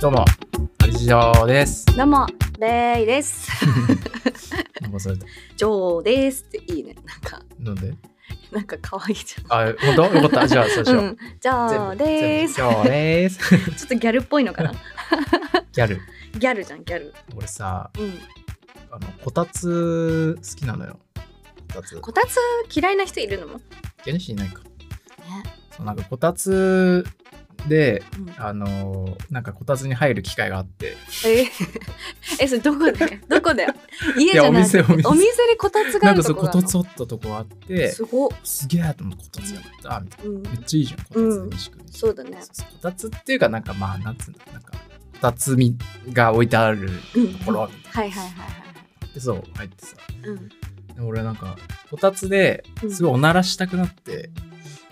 どうも、アリジョです。どうも、レ イです。なんかそれジョーですっていいね。なんか、なんでなんか可愛いじあ、本当よかった。じゃあ、そうしゃん。ようう。ん、ジョーで全す。部今日です。ちょっとギャルっぽいのかな。ギャル。ギャルじゃん、ギャル。俺さ、うん。あの、こたつ好きなのよ。こたつ。こたつ嫌いな人いるのも。ゲネシーいないか。そうなんかこたつで、うんあのー、なんかこたつに入る機会があって。えーえ、それどこで、どこで。家いじや、ゃおない。店、お店。お店でこたつがなあんかるそとうここがたあるのつおったとこあってすごっ。すげえと思ってこたつやったみたいうんなめっちゃいいじゃんこたつうん西区にそうだねそ。うそうこたつっていうかなんかまあなんつうんだろうなんかこたつみが置いてあるうん。ところみたいはいはいはいはいなでそう入ってさはい。うん。で俺なんかこたつでうんすごいおならしたくなって、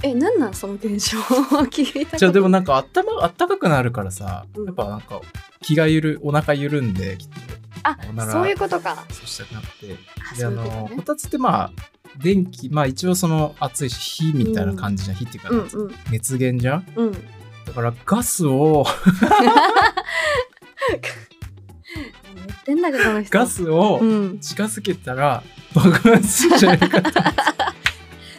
え、なんなん、その現象。 聞いたこと。じゃあでもなんかあったまあったかくなるからさ、うんやっぱなんか気がゆるお腹緩んできっあおな、らそういうことか。とそうしたくなってあでそあういうことのこね。たつってまあ電気まあ一応その暑いし火みたいな感じじゃん、火っていうか、うんうん熱源じゃんうん。だからガスを言ってんだけどこの人ガスをうん、近づけたら爆発するんじゃない かと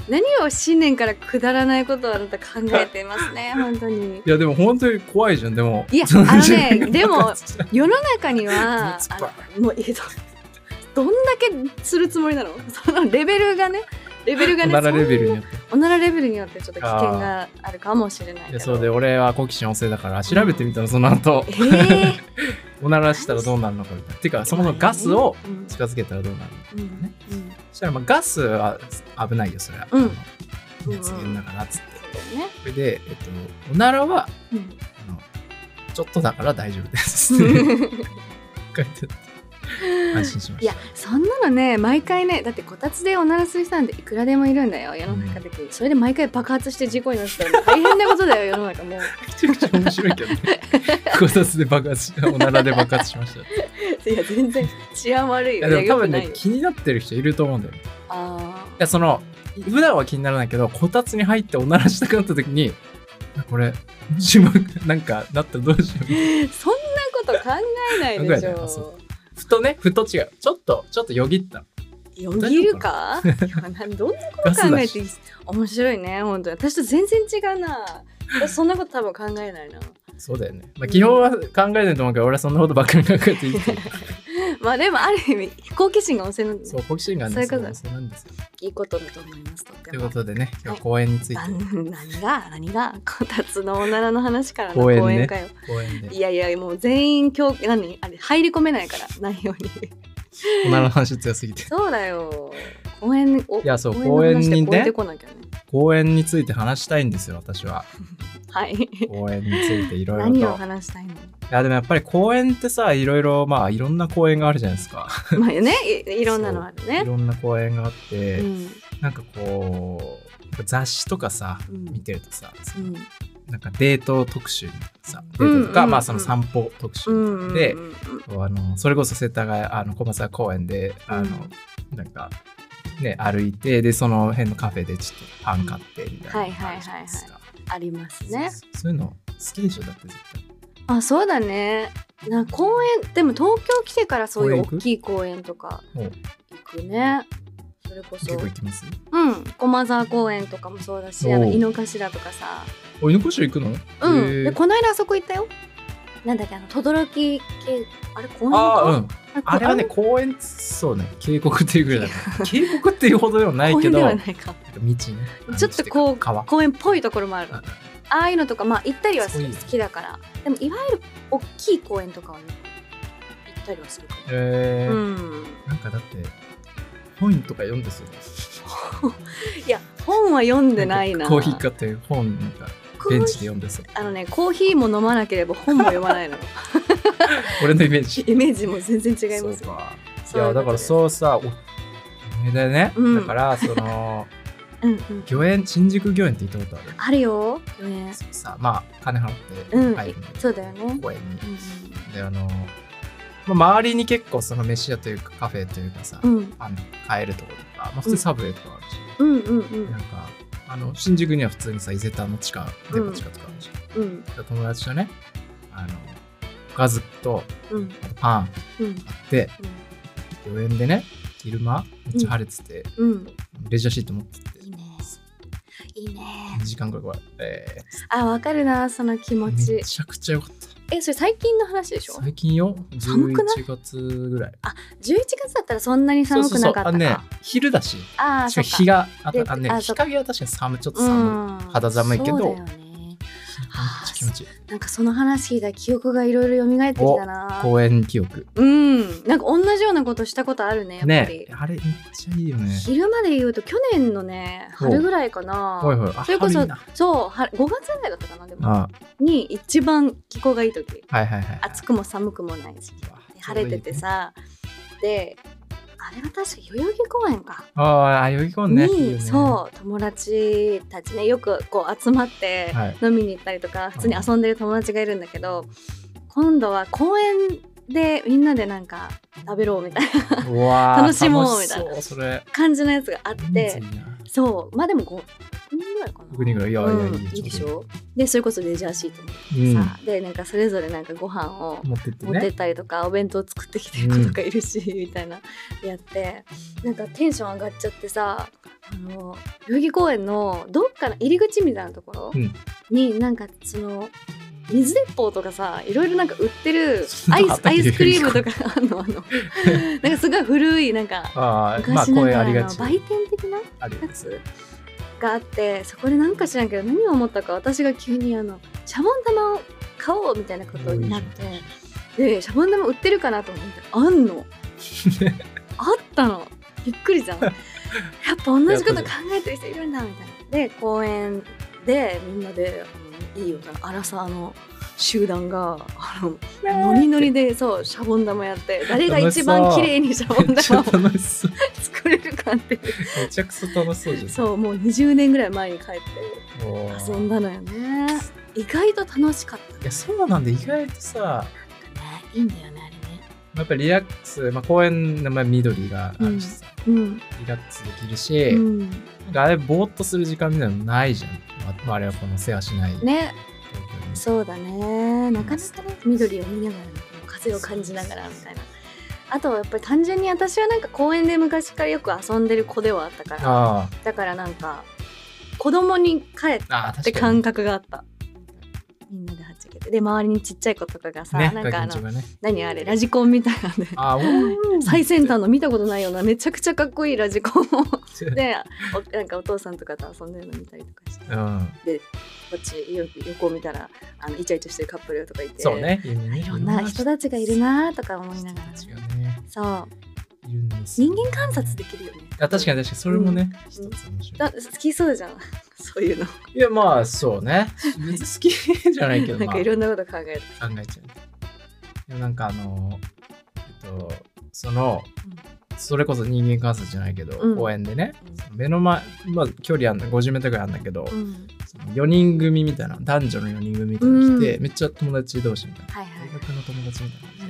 何を新年からくだらないことをあなた考えています ね本当にいやでも本当に怖いじゃんでもいやそのあのね爆でも発しちゃう世の中 には熱っあぽいのもうえっとどんだけするつもりなの そのレベルがねレベルがおねならレベルそにんなよっておならレベルによってちょっと危険があるかもしれないいけどやそうで俺は好奇心旺盛だから調べてみたのその後えー、おならしたらどうなるのかみたいなて かそもそもガスをうん近づけたらどうなるのうんねそしたらまあガスは危ないよそれは、うんあの熱源だからっつってうんねそれで、えっと、おならはうんあのちょっとだから大丈夫ですって 書いてあって安心しまいしやたそんなのね毎回ねだってこたつでおならする人なんていくらでもいるんだよ世の中的に、それで毎回爆発して事故になったら大変なこと だよ世の中もめうちゃくちゃ面白いけど ねこたつで爆発しおならで爆発しましたいや全然治安悪いいよやでも多分いねよ気になってる人いると思うんだよねあいやその普段は気にならないけどこたつに入っておならしたくなった時にあこれ自分なんかなったらどうしようーそんなこと考えないでし考えないあそょふとねふと違うちょっとちょっとよぎったよぎるかいや なんどんなこガとス考だえていしい面白いね本当に私と全然違うな私そんなこと多分考えないなそうだよね、まあ、基本は考えないと思うけど俺はそんなことばっかり考えていいっていうまあでもある意味好奇心が旺盛なんでそう好奇心がね そういうことだそうなんですよいいことだと思いますとってといもうことでね今日公演について、何何が何がこたつのおならの話からの公公園ね園かよ、公演いでやいやもう全員今日何あれ入り込めないから内容におならの話強すぎてそうだよ公園おいやそうの話公園にねで超えてこなきゃね公演について話したいんですよ私ははい公演についていろいろとい何を話したいのやでもやっぱり公演ってさいろいろまあいろんな公演があるじゃないですかまあねいいろんなのあるいねろんな公演があって、うんなんかこうなんか雑誌とかさ、うん見てるとさ、うんなんかデート特集みたいなさデうんートとか、うんまあうんその散歩特集うみんたいうんなで、うんこうあのそれこそ世田谷あの小松沢公園であの、なんかね歩いてでその辺のカフェでちょっとパン買ってみたいなのあるじゃないですかありますねそうそうそういうの好きでしょだって絶対あそうだねな公園でも東京来てからそういう大きい公園とかもう行くねそれこそ結構行きますうん、駒沢公園とかもそうだし、あおのう井の頭とかさ。お犬こし行くのうへん、ーで、この間あそこ行ったよ。なんだっけ、あの、轟系、あれ、公園あかあうんあれはね、こ公園、そうね、渓谷っていうぐらいだから。渓谷っていうほどではない公け園ど、ではなんかないか。道ね。あのちょっとこう、川。公園っぽいところもある。ああいうのとか、まあ、行ったりはすそういるう好きだから。でも、いわゆる大きい公園とかはね、行ったりはするかえら。ーうん。なんかだって、本とか読んですよ。いや、本は読んでないな。コーヒー買って本、なんか、コベーヒーンチで読んですよ。あのね、コーヒーも飲まなければ本も読まないの。俺のイメージ。イメージも全然違いますそうよ。か。いそうや、うだことからでそうさ、お夢だよね。うんだから、その、す。うんうん。御苑、新宿御苑って行ったことあるあるよ。ね。そうさ、まあ、金払ってうん入るんだけどそうだよね。公園に。で、あの、まあ周りに結構その飯屋というかカフェというかさ、うんあの買えるところとか、まあ、普通サブウェイとかあるし、うんうんうんなんかあの新宿には普通にさ伊勢丹の地下デパ地下とかあるし、うんで友達とねあのかずきとうんパンうんあって公園でね昼間めっちゃ晴れてて、うんうんレジャーシート持ってていいねいいね2時間ぐらいこれ、えあわかるなその気ー持めちちゃくちゃ良かったえそれ最近の話でしょ11最近よ寒くない11月ぐらい月だったらそんなに寒くなかったかあのね昼だしあーしかもそっか日があでたあのねあそ日っか陰は確かに寒いちょっと寒い、うん肌寒いけどそうだよねあー気持ちいいなんかその話聞いたら記憶がいろいろ蘇ってきたな公園記憶うんなんか同じようなことしたことあるねやっぱり、ねあれめっちゃいいよね昼まで言うと去年のねお春ぐらいかなほいほいあそれこそ春いいなそうは5月ぐらいだったかなでもあに一番気候がいい時はいはいはい暑くも寒くもない時期で晴れててさであれは確か代々木公園か、ああ、代々木公園ね。にいいよねそう友達たちねよくこう集まってはい飲みに行ったりとか、普通に遊んでる友達がいるんだけど今度は公園でみんなでなんか食べろうみたいなうわー楽しもうみたいな楽しそうそれ。感じのやつがあっ人て数いいなそうまあでも5人ぐらいかな6人ぐらい。いやいやうんいや、いいでしょでそれこそレジャーシートもう。うん。さ、でなんかそれぞれなんかご飯を持ってって持ってっね。たりとか、お弁当作ってきてる子とかいるし、みたいなやってなんかテンション上がっちゃってさあの代々木公園のどっかの入り口みたいなところうんになんかその水鉄砲とかさいろいろなんか売ってるそんアなイのあっスたアっけイスクリームとかあのあのなんかすごい古いなんかああ、まあ昔な公が園ありらがのち。売店的なありやがち。つがあってそこでなんか知らんけど何を思ったか私が急にあのシャボン玉を買おうみたいなことになってでシャボン玉売ってるかなと思ってあんのあったのびっ くりじゃんやっぱ同じこと考えてる人いるんだみたいなで公園でみんなであのいいよな荒さの集団があの ノリノリでそうシャボン玉やって誰が一番楽しそ綺う麗にシャボめンっちゃ玉を楽しそう。作れるかっていうめちゃくちゃ楽しそうじゃん。そうもう20年ぐらい前に帰っておー遊んだのよね意外と楽しかっいや、そうなんで、意外とさ、たねいいんだよねあれねやっぱりリラックス、まあ公園のまあ緑があるしさ、うん、リラックスできるし、うん、なんかあれぼーっとする時間みたいなのないじゃん。まあ我々はこのせわしない東ね京に。そうだねなかなかね緑を見ながら風を感じながらみたいなあとはやっぱり単純に私はなんか公園で昔からよく遊んでる子ではあったからあだからなんか子供に帰っあ、ああ、確てか感に。覚があったみんなではっちゃけてで周りにちっちゃい子とかがさ、ね、なんかあ外国人のがね何あれラジコンみたいなんであ、おー最先端の見たことないようなめちゃくちゃかっこいいラジコンをでおなんかお父さんとかと遊んでるの見たりとかして、 うこん。っちよ横を見たらあのイチャイチャしてるカップルとかいてそうね。いいろんな人たちがいるなとか思いながら、人たちがね、そういるんですよ人ね間観察できるよねあ確かに確かにそれもね、一うんつ面白いだ好きそうじゃん そういうのいやまあそうね別に好きじゃない けど、なんまかいろんなこと考える、あ、考えちゃうでもなんかあのえっとそのそれこそ人間観察じゃないけど、うん公園でね目の前、まあ、距離あんだ50メートルぐらいあんだけど、うんうんその4人組みたいな男女の4人組みたいなの来て、うめっちゃ友達同士みたいなはいはい大、学の友達みたい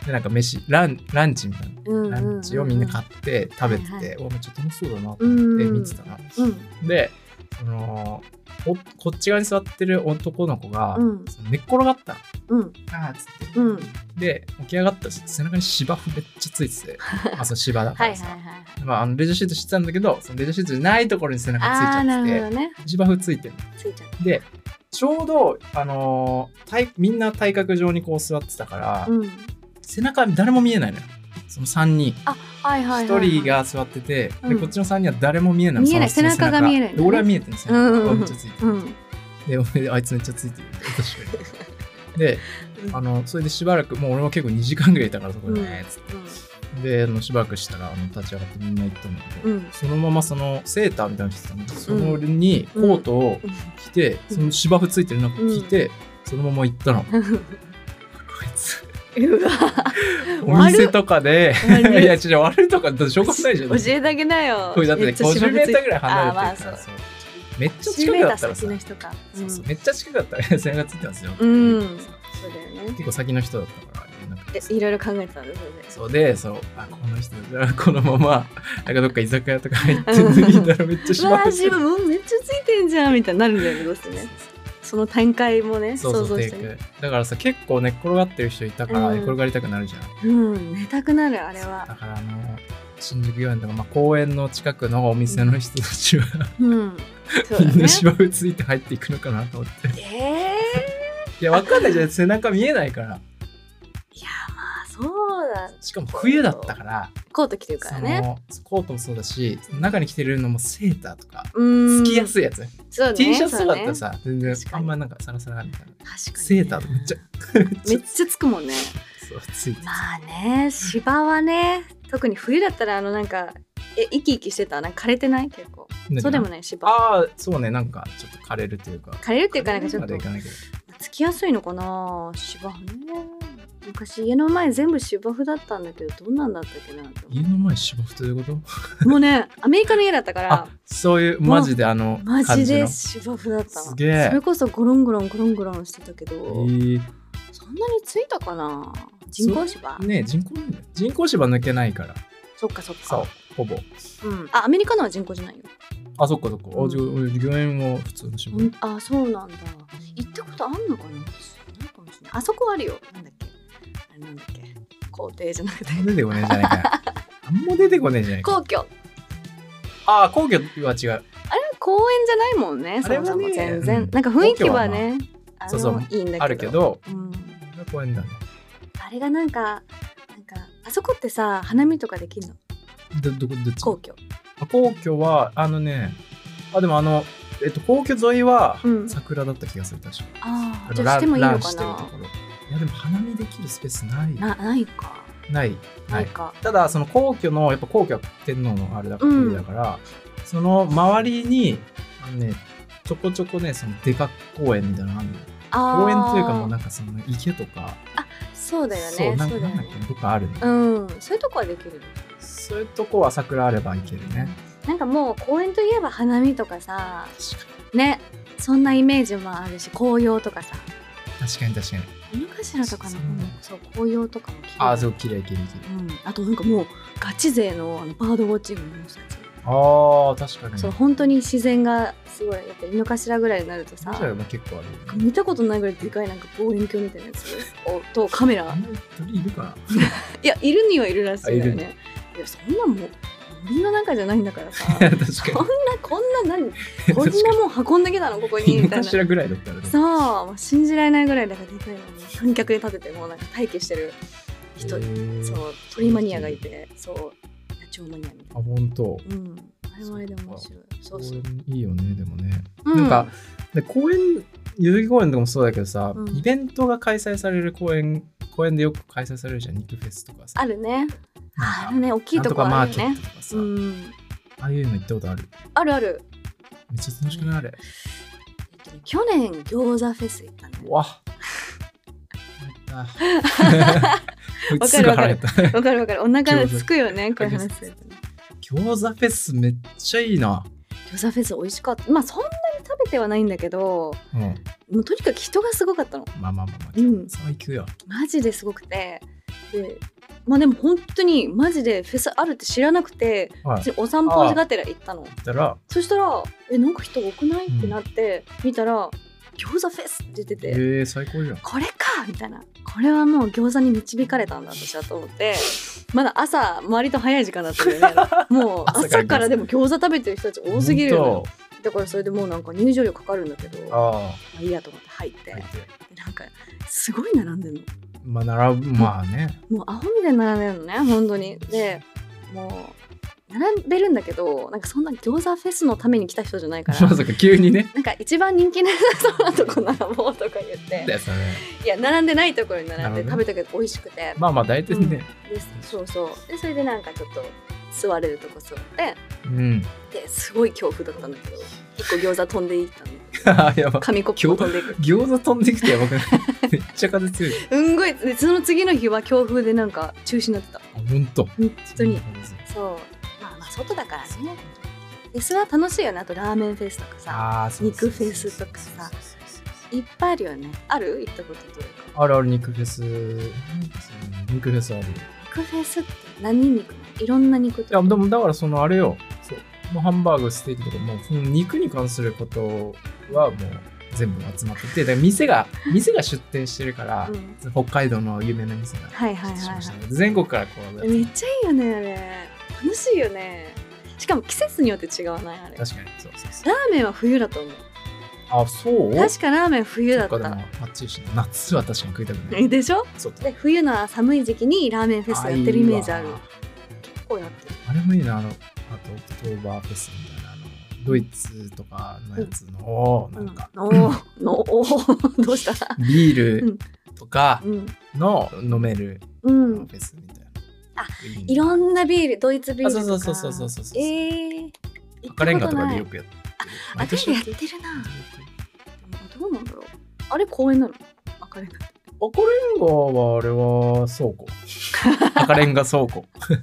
なでなんか飯ランランチみたいな、うんうんうんうんランチをみんな買って食べてて、はいはいおめっちゃ楽しそうだなと思って見てたな、うんでそのおこっち側に座ってる男の子が、うんその寝っ転がったのうんうんあーっつってうんで起き上がったら背中に芝生めっちゃついて てまあその芝だかはいはいらさはいはいまあ、あのレジャーシートしてたんだけどそのレジャーシートじゃないところに背中ついちあゃあーなっるてほてどね芝生ついてるついちゃっでちょうど、あのー体みんな体格上にこう座ってたから、たうん背中誰も見えないのよその3人はいはいはいはい一人が座ってて、うんでこっちの3人は誰も見えないの見えないその人の背中が見えないのねで俺は見えてるんですよ、うんうんうんめっちゃついてうる、んで俺あいつめっちゃついてる確かにであのそれでしばらくもう俺も結構2時間ぐらいいたからそこでね、つっうんてであのしばらくしたらあの立ち上がってみんな行ったんだけど、うんそのままそのセーターみたいなの着てたんだけどその俺にコートを着て、うんその芝生ついてるのを着て、そのまま行ったの、こいつうおわ店とかで悪いいや違う悪いとかだってしょうがないじゃん教えてあげなよこれだってめちゃ芝50メ生ーついターぐらい離れてるからあーまあそそうめっちゃ50近メくだータっーたらさ先の人かそうそううんめっちゃ近くだったら背がついてますよ、うんそうだよね結構先の人だったから言えなくてでいろいろ考えてたんですよねそうでそうあこの人じゃあこのままなんかどっか居酒屋とか入って脱いだらめっちゃう芝生わーつい自てる分めっちゃついてんじゃんみたいになるんだよねどうしてねその展開もねそう想そう像テしイてクねだからさ結構寝っ転がってる人いたから、うん寝転がりたくなるじゃないうん寝たくなるあれはだからあの新宿御苑とか、まあ、公園の近くのお店の人たちは、うんそうだみんねな芝生ついて入っていくのかなと思ってええいやわかんないじゃん背中見えないからー、いやまあそうだしかも冬だったからコート着てるからねそのコートもそうだし中に着てるのもセーターとかうーつんきやすいやつね、そうね T シャツそとうかねだったらさ、全然確かあにんまなんかサラサラみたいな確かにねセーターとかめっ ちゃめっめちゃっちゃつくもんねそうついてまあね芝はね特に冬だったらあのなんかえ生き生きしてたなんか枯れてない結構何がそうでもない芝ああそうねなんかちょっと枯れるというか枯れるっていうかなんかちょっまでといかないけどつきやすいのかな芝ね昔家の前全部芝生だったんだけどどんなんだったっけなと家思っの前芝生ということてもうねアメリカの家だったかあらそういうマジであのマ感ジじでの芝生だったのすげえそれこそゴロンゴロンゴロンゴロンしてたけど、えそんなについたかな人工芝ーね人工なんだよ人工芝抜けないからそっかそっそかうほぼう、ん、あアメリカのは人工じゃないよあそっかそっか、あうんじゃあ御苑も普通の芝う生んあそうなんだ行ったことあんのかな私ないかもしれないあそこあるよなんだっけあれなんだっけ皇帝じゃなくてあんま出てこねえじゃ ないかあんま出てこねえじゃないか皇居あれああ皇居は違うは公園じゃないもんねあそれもはねそも全然、うんなんか雰囲気はねあのそうそういいんだけどあるけ、どうん、公園だねあれがなんかなんかあそこってさ花見とかできるのどどこどっち皇居あ皇居はあのねあでもあのえっと皇居沿いはうん桜だった気がする確かあああのじゃあしてもいいラのンかしてるとなころいやでも花見できるスペースないなないかないなないいか、ただその皇居のやっぱ皇居は天皇のあれだから,、うんだからその周りにあのねちょこちょこねそのでかっ公園みたいなのあるのあー公園というかもうなんかその池とかそうだよねそそううなんだよなんだねっけどっかあるね、うんそういうとこはできるよそういうとこは桜あれば行けるねなんかもう公園といえば花見とかさねそんなイメージもあるし紅葉とかさ確かに確かに井の頭とかのそうねそう紅葉とかも綺麗ああそう綺麗綺麗綺麗うん、あとなんかもうガチ勢のあのバードウォッチングの人たち、ああ確かにそう本当に自然がすごいやっぱ井の頭ぐらいになるとさメジャーは結構あるよね見たことないぐらいでかいなんか望遠鏡みたいなやつをとカメあラんまり鳥いるかないやいるにはいるらしいんだよあいねいやそんなもう森の中じゃないんだ からさ 確かそんなこんな何こんなもん運んできたのここにに井みの たいな頭ぐらいだったらねそうもう信じられないぐらいだからでかいのに観客で立ててもうなんか待機してる人、へーそう鳥マニアがいてそう野鳥マニアみたいあ本当なうんあれもあれで面白いそうそう公園いいよねでもね、うなんかで公園代々木公園とかもそうだけどさ、うんイベントが開催される公園公園でよく開催されるじゃん肉フェスとかさあるなねんかあるね大きいとこなんとかマーあるケッよねトとかさ、うんああいうの行ったことあるあるあるめっちゃ楽しくないあれ、えっとね去年餃子フェス行ったうねわっや ったすぐ腹減ったわかるわかるお腹餃子すくよねこういう話するとね餃子フェスめっちゃいいな、餃子フェス美味しかったまあそんなに食べてはないんだけどうん、もうとにかく人がすごかったのまあまあまあまあうん餃子は行くよ、マジですごくてでまあでも本当にマジでフェスあるって知らなくてはい別にお散歩がてら行ったの行ったらそしたら「えなんか人多くない?」ってなって見たら「餃子フェス」って出てえてー、最高じゃん「これか!」みたいなこれはもう餃子に導かれたんだ私はと思ってまだ朝割と早い時間だったんだよね もう朝から朝からでも餃子食べてる人たち多すぎるよほんねとだからそれでもうなんか入場料かかるんだけどまああいいやと思って入ってあ入ってなんかすごい並んでんの。まあ並ぶまあねもうアホみたいに並んでるのね本当にでもう並べるんだけどなんかそんな餃子フェスのために来た人じゃないか まらさか急にねなんか一番人気なさそうなとこ並ぼうとか言っ なんだてよそれいや並んでないところになるほど並んでね食べたけど美味しくて、まあまあ大体ねでそうそうでそれでなんかちょっと座れるとこ座ってうん、 ですごい恐怖だったんだけど一個餃子飛んで いったんだけどやば紙コップも飛んでいく餃子飛んできてやばく ないめっちゃ風強いうんごいでその次の日は強風でなんか中止になってたあほんと本当にそうまあまあ外だからねフェスは楽しいよねあとラーメンフェスとかさあーそうそうそう肉フェスとかさそうそうそうそういっぱいあるよねある行ったことというかあるある肉フェス肉フェスあるよ肉フェスって何肉なのいろんな肉いやとでもだからそのあれよそうもうハンバーグステーキとかもうその肉に関することはもう全部集まっててだから店が店が出店してるから、うん北海道の有名な店がはいは出い店しはい、はましたいので、全国からこうめっちゃいいよねあれ楽しいよねしかも季節によって違わないあれラー確かにそうそうそうメンは冬だと思うあそう確かラーメン冬だっそっかでたもあっちいしね夏は確かに食いたくないでしょそうだで冬の寒い時期にラーメンフェスやってるイメージあるいいわ結構やってるあれもいいなあのあとオクトーバーフェスみたいなあのドイツとかのやつの、なんかうん、おーのおー どう したビールとかうん、の飲めるうフん、ェスみたいな、あいねいろんなビールドイツビールとかあそうそうそうそうそうそうえー、行った赤レンガこととかなでいよくやってるあ毎で年もややっっててるるなどうなんだろうあれ公園なの赤 レンガ赤レンガはあれは倉 庫赤レンガ倉庫確かに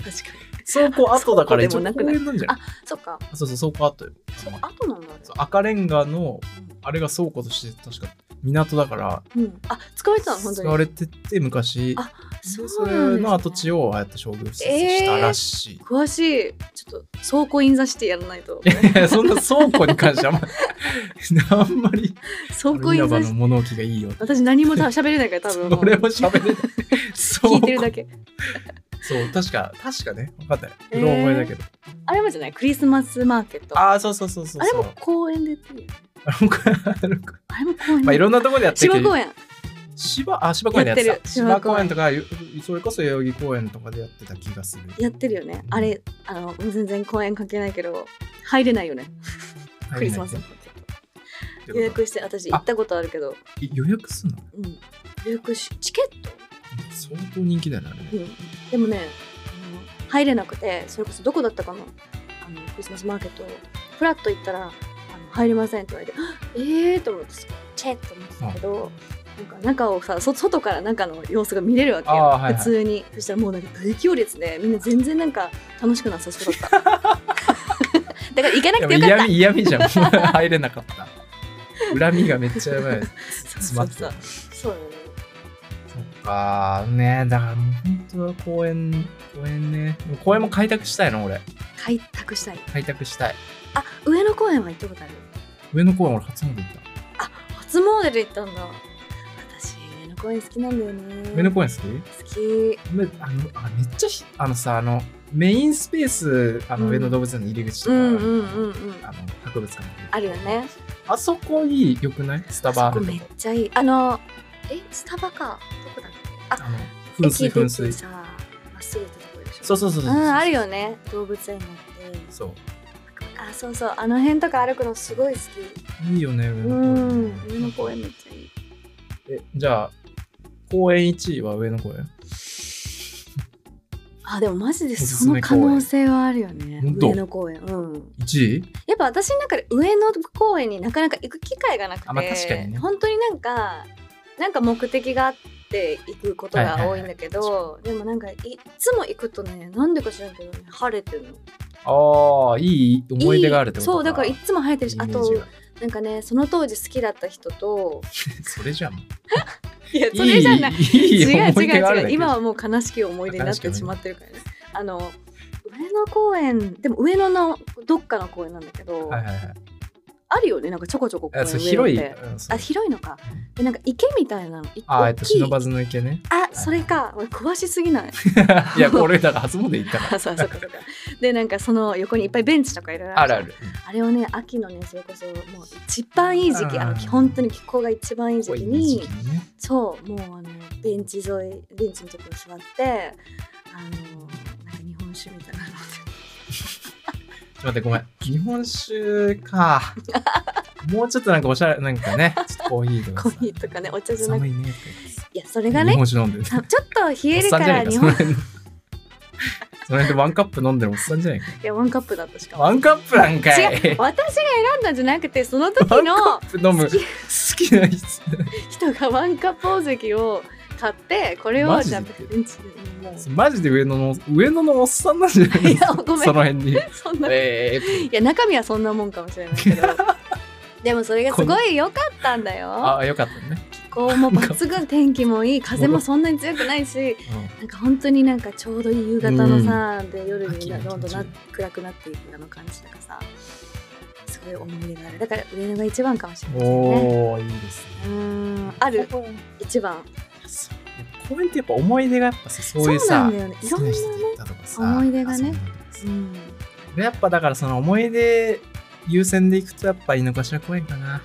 倉庫後だから一応倉庫でもな公くない園なんじゃないそっかあそうそう倉庫後よそう後なんだあれそう赤レンガのあれが倉庫として確か港だからうん、あ使われてたの本当使にわれてて昔あでそうそなんですれねの跡地をああやって商業施設にしたらしい、詳しいちょっと倉庫インザシティやらない といやそんな倉庫に関してはあんまり あんまり倉庫イあンのザ稲シ葉のティ物置がいいよ私何も多分喋れないから多分もう俺も喋れ ない聞いてるだけそう確か確かね分かったようろ覚えだけど、あれもじゃないクリスマスマーケットあああそうそうそうそうれそうも公園でやってるよねあのあれも公園で まあいろんなところでやって芝て公園芝あ芝公園でやってやたってる芝公園芝とかゆそれこそ代々木公園とかでやってた気がするやってるよねあれあの全然公園関係ないけど入れないよね入クれリないスっマスマてーケことット予約して私行ったことあるけど、え予約すんのうん、予約しチケット相当人気だよねあれねうん、でもねあの入れなくてそれこそどこだったかなあのクリスマスマーケットフラッと行ったらあの入れませんって言われてあ「ええー!」と思ってチェッと思ってたけど、なんか中をさそ外から中の様子が見れるわけよ、あーはいはい普通にそしたらもうなんか大行列でみんな全然なんか楽しくなさそうだった だから行かなくてよか嫌った味嫌味じゃん 入れなかった恨みがめっちゃや ばい詰まそうってそるうそうだよねそっかねだからもう本当は公園公園ねでも公園も開拓したいの俺開拓したい開拓したいあ上野公園は行ったことある上野公園俺初詣行った初詣で行ったんだ私上野公園好きなんだよね上野公園好き好きめあのあめっちゃひあのさあのメインスペースあの、うん上野動物園の入り口とうか、んうんうんうんあの博物館あるよねあそこいいよくないスタバああそることめっこちゃいいあのえスタバかどこだっけああの噴水駅出噴て水さまっすぐ行ったところでしょそうそうそうそうう、んあるよね動物園のってそうあそうそうあの辺とか歩くのすごい好きいいよね上野う公園ん上野公園めっちゃいいえじゃあ公園1位は上野公園あでもマジでおすそすのめ公可園能性はあるよねほんと上野公園うん1位やっぱ私の中で上野公園になかなか行く機会がなくて、あまあ確かにね本当になんかなんか目的があって行くことが多いんだけど、でもなんかいつも行くとねなんでか知らんけどね晴れてるのああいい思い出があるってことかそうだからいつも晴れてるしあイメージとがなんかねその当時好きだった人と それじゃんいやそれじゃないいいいい違う思い違出があうる違だうけ今はもう悲しき思い出になっ悲しき思いて出しまってるからねあの上野公園でも上野のどっかの公園なんだけど、はいはいはいあるよねなんかちょこちょこ公園あそう上野広い、ってうんそうあ広いのかうんでなんか池みたいなの一個あーえ大っときい忍ばずの池 ねあそれか俺詳しすぎ ないいや俺だから初詣行ったからあそうそうかそうかでなんかその横にいっぱいベンチとかいろいろあじるゃんあるあれをね秋のねそれこそもう一番いい時期あのあー本当に気候が一番いい時期こにういう時期ねそうもうあのベンチ沿いベンチのところ座ってあのなんか日本酒みたいなのちょっと待ってごめん日本酒かもうちょっとなんかおしゃれなんか ねちょっとコーヒーとかコさーヒーとかねお茶じゃなく寒ていねとかいやそれ言がって日ね本酒飲んでるさちょっと冷えるから日お本っさんじゃないかその辺その辺でワンカップ飲んでるおっさんじゃないかいやワンカップだったしかもワンカップなんかい違う私が選んだんじゃなくてその時の飲む好きな人人がワンカップ大関を買ってこれをマジじでゃあベンチでもうマジで上野の上野のおっさんなんじゃないいやごめんその辺にそんな、えーいや中身はそんなもんかもしれない けどでもそれがすごい良かったんだよああよかったね、気候も抜群天気もいい風もそんなに強くないしなんか本当になんかちょうどいい夕方のさ、で夜うん、にどん秋の気どん持ちな暗くなっていくあの感じとかさすそういう思い出があるだから上野が一番かもしれませんねおおいいですねうんある一番そう公園ってやっぱ思い出がやっぱさそういうさそうなんだよねいろんなね好き人と行ったとかさ思い出がね遊んだりとかさうんやっぱだからその思い出優先でいくとやっぱ井の頭公園かな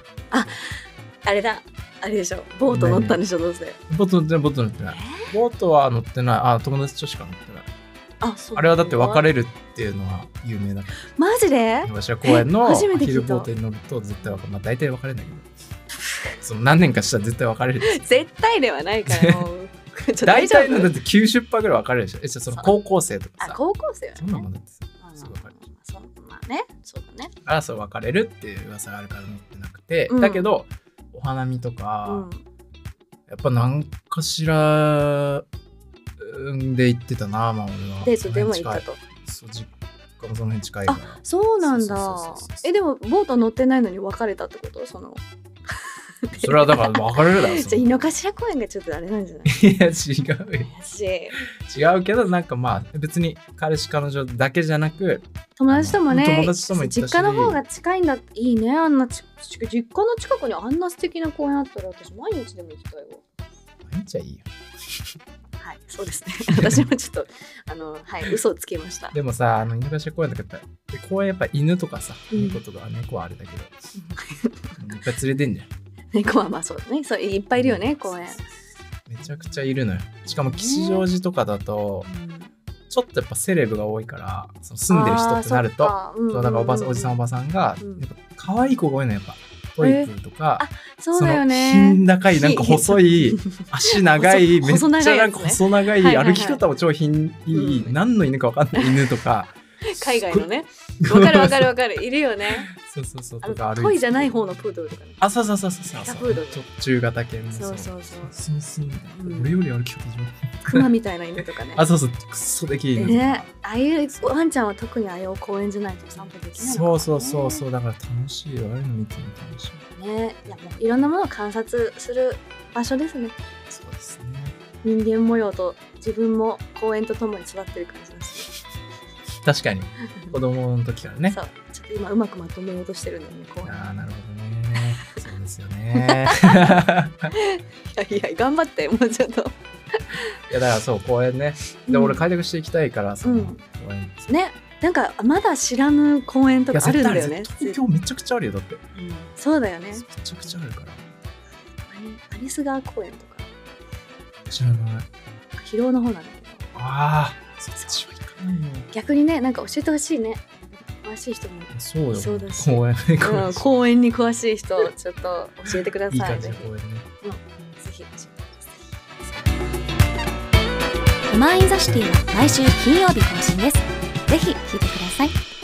あれだあれでしょボート乗ったんでしょどうせボート乗ってないボート乗ってないボートは乗ってないあ友達としか乗ってないあそうあれはだって別れれるっていうのは有名だからマジで井の頭公園のア初めてヒ聞ルいたボートに乗ると絶対別れまあ大体別れないけどその何年かしたら絶対別れ る絶対ではないからもう ちょっと大大丈体のだ夫って90%ぐらい別れるでしょえじゃあその高校生とかあさ高校生はねそんなもんだってさまあまあすぐ分かるそうまあねそうだねあそう別れるっていう噂があるから乗ってなくて、うんだけどお花見とうかん、やっぱ何かしらうんで行ってたなまあ俺はデートでも行ったその辺近いそうと実家もその辺近いから そうなんだそうそうそうそうえでもボート乗ってないのに別れたってことそのそれはだから別れるだろじゃあ井の頭公園がちょっとあれなんじゃないいや違うよ怪 しい違うけどなんかまあ別に彼氏彼女だけじゃなく友達ともね友達とも行ったし実家の方が近いんだいいねあんなちち実家の近くにあんな素敵な公園あったら私毎日でも行きたいわ毎日はいいよはいそうですね 私もちょっとあのはい嘘をつきましたでもさあの井の頭公園とかやっぱで公園やっぱ犬とかさうん猫とか猫はあれだ けど、いっぱい連れてんじゃんいっ猫はまあそうだねそういっぱいいるよね公園めちゃくちゃいるのよしかも吉祥寺とかだとちょっとやっぱセレブが多いからその住んでる人ってなるととそうなんかおばさんおじさんおばさんが、うんやっぱ可愛い子が多いのよやっぱトイプーとか、そうだよねその品高いなんか細い 足長いめっち細ゃ細長いやつねなんか細長いはいはいはい歩き方も超品いい、うん何の犬かわかんない犬とか 海外のねわかるわかるわかるいるよねそうそうそうあとか歩のいてトイじゃない方のプードルとかねあそうそうそうそうそうペガプードルちょ中型犬もそうそうそうスンスンみたいなうん俺より歩き方上手いクマみたいな犬とかね あそうそうクソできい犬とかねああいうワンちゃんは特にああいう公園じゃないと散歩できないのかもそねうそうそうそうだから楽しいよああいうの見ても楽しいねいやもういろんなものを観察する場所ですねそうですね人間模様と自分も公園とともに育ってる感 じです確かに子供の時からねそうちょっと今うまくまとめようとしてるんだよね公園ああなるほどねそうですよ ねいやいや頑張ってもうちょっといやだからそう公園ねで、うん俺開拓していきたいからその、うん公園ねなんかまだ知らぬ公園といやかあるんだよ絶対ねある東京めちゃくちゃあるよだってめうんそうだよねちゃくちゃあるからアリアリス川公園とか知らない疲労の方なんだけどああそっちは行かないよ逆にねなんか教えてほしいね詳しい 人もそうよそうだし公園ね公園うん、公園に詳しい人ちょっと教えてくだいいさい感じぜのひ公園ねぜひ教えてくださいマインザシティは毎週金曜日更新ですぜひ聞いてください